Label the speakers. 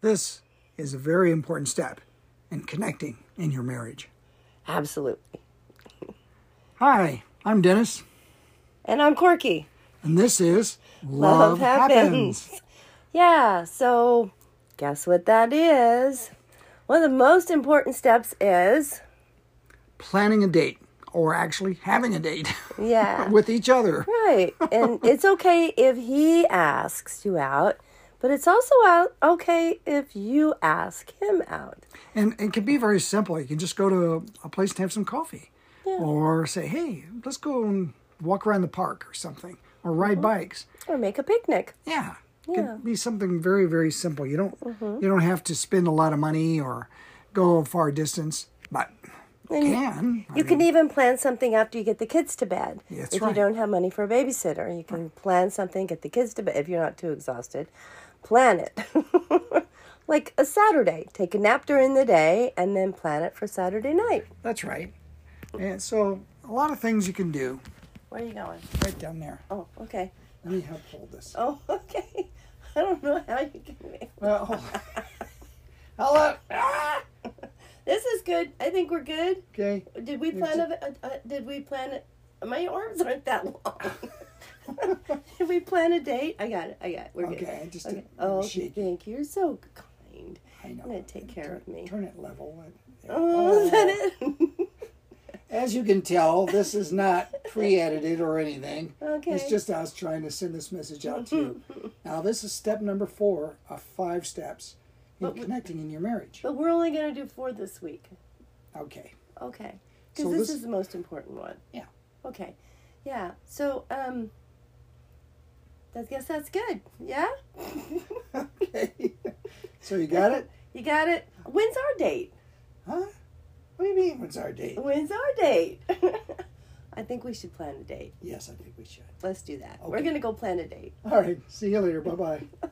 Speaker 1: This is a very important step in connecting in your marriage.
Speaker 2: Absolutely.
Speaker 1: Hi, I'm Dennis,
Speaker 2: And I'm Corky.
Speaker 1: and this is
Speaker 2: Love Happens. Yeah, so guess what that is? One of the most important steps is
Speaker 1: Planning a date, or actually having a date
Speaker 2: yeah.
Speaker 1: with each other.
Speaker 2: Right. And it's okay if he asks you out, but it's also out okay if you ask him out.
Speaker 1: And it can be very simple. You can just go to a, a place and have some coffee, or say, "Hey, let's go and walk around the park or something, or ride
Speaker 2: Uh-huh.
Speaker 1: bikes."
Speaker 2: Or make a picnic.
Speaker 1: Yeah. It could be something very, very simple. You don't
Speaker 2: Mm-hmm.
Speaker 1: you don't have to spend a lot of money or go a far distance, but you can. I
Speaker 2: You can even plan something after you get the kids to bed.
Speaker 1: That's
Speaker 2: if
Speaker 1: right.
Speaker 2: you don't have money for a babysitter, you can plan something, get the kids to bed. If you're not too exhausted, plan it. like a Saturday. Take a nap during the day and then plan it for Saturday night.
Speaker 1: That's right. And so a lot of things you can do
Speaker 2: Where are you going?
Speaker 1: right down there.
Speaker 2: Oh, okay.
Speaker 1: Let me help hold this.
Speaker 2: Oh, okay. I don't know how you can make
Speaker 1: Well, Uh, hold Hello. Ah!
Speaker 2: This is good. I think we're good.
Speaker 1: Okay.
Speaker 2: Did we plan of it? Uh, uh, did we plan it? My arms aren't that long. did we plan a date? I got it. I got it. We're good.
Speaker 1: Okay, I just
Speaker 2: okay.
Speaker 1: didn't
Speaker 2: Oh, okay,
Speaker 1: shake it.
Speaker 2: thank you. You're so kind.
Speaker 1: I know.
Speaker 2: gonna take care
Speaker 1: turn,
Speaker 2: of me.
Speaker 1: Turn it level. There.
Speaker 2: Oh, is that it?
Speaker 1: As you can tell, this is not pre-edited or anything.
Speaker 2: Okay.
Speaker 1: It's just us trying to send this message out to you. Now, this is step number four of five steps in
Speaker 2: But we-
Speaker 1: connecting in your marriage.
Speaker 2: but we're only gonna do four this week.
Speaker 1: Okay.
Speaker 2: Okay.
Speaker 1: So
Speaker 2: Because this,
Speaker 1: this-
Speaker 2: is the most important one.
Speaker 1: Yeah.
Speaker 2: Okay. Yeah. So um. I guess that's good. Yeah.
Speaker 1: Okay. so you got it?
Speaker 2: You got it. When's our date?
Speaker 1: Huh? What do you mean? When's our date?
Speaker 2: When's our date? I think we should plan a date.
Speaker 1: Yes, I think we should.
Speaker 2: Let's do that.
Speaker 1: Okay.
Speaker 2: We're gonna go plan a date.
Speaker 1: All right. See you later. Bye bye.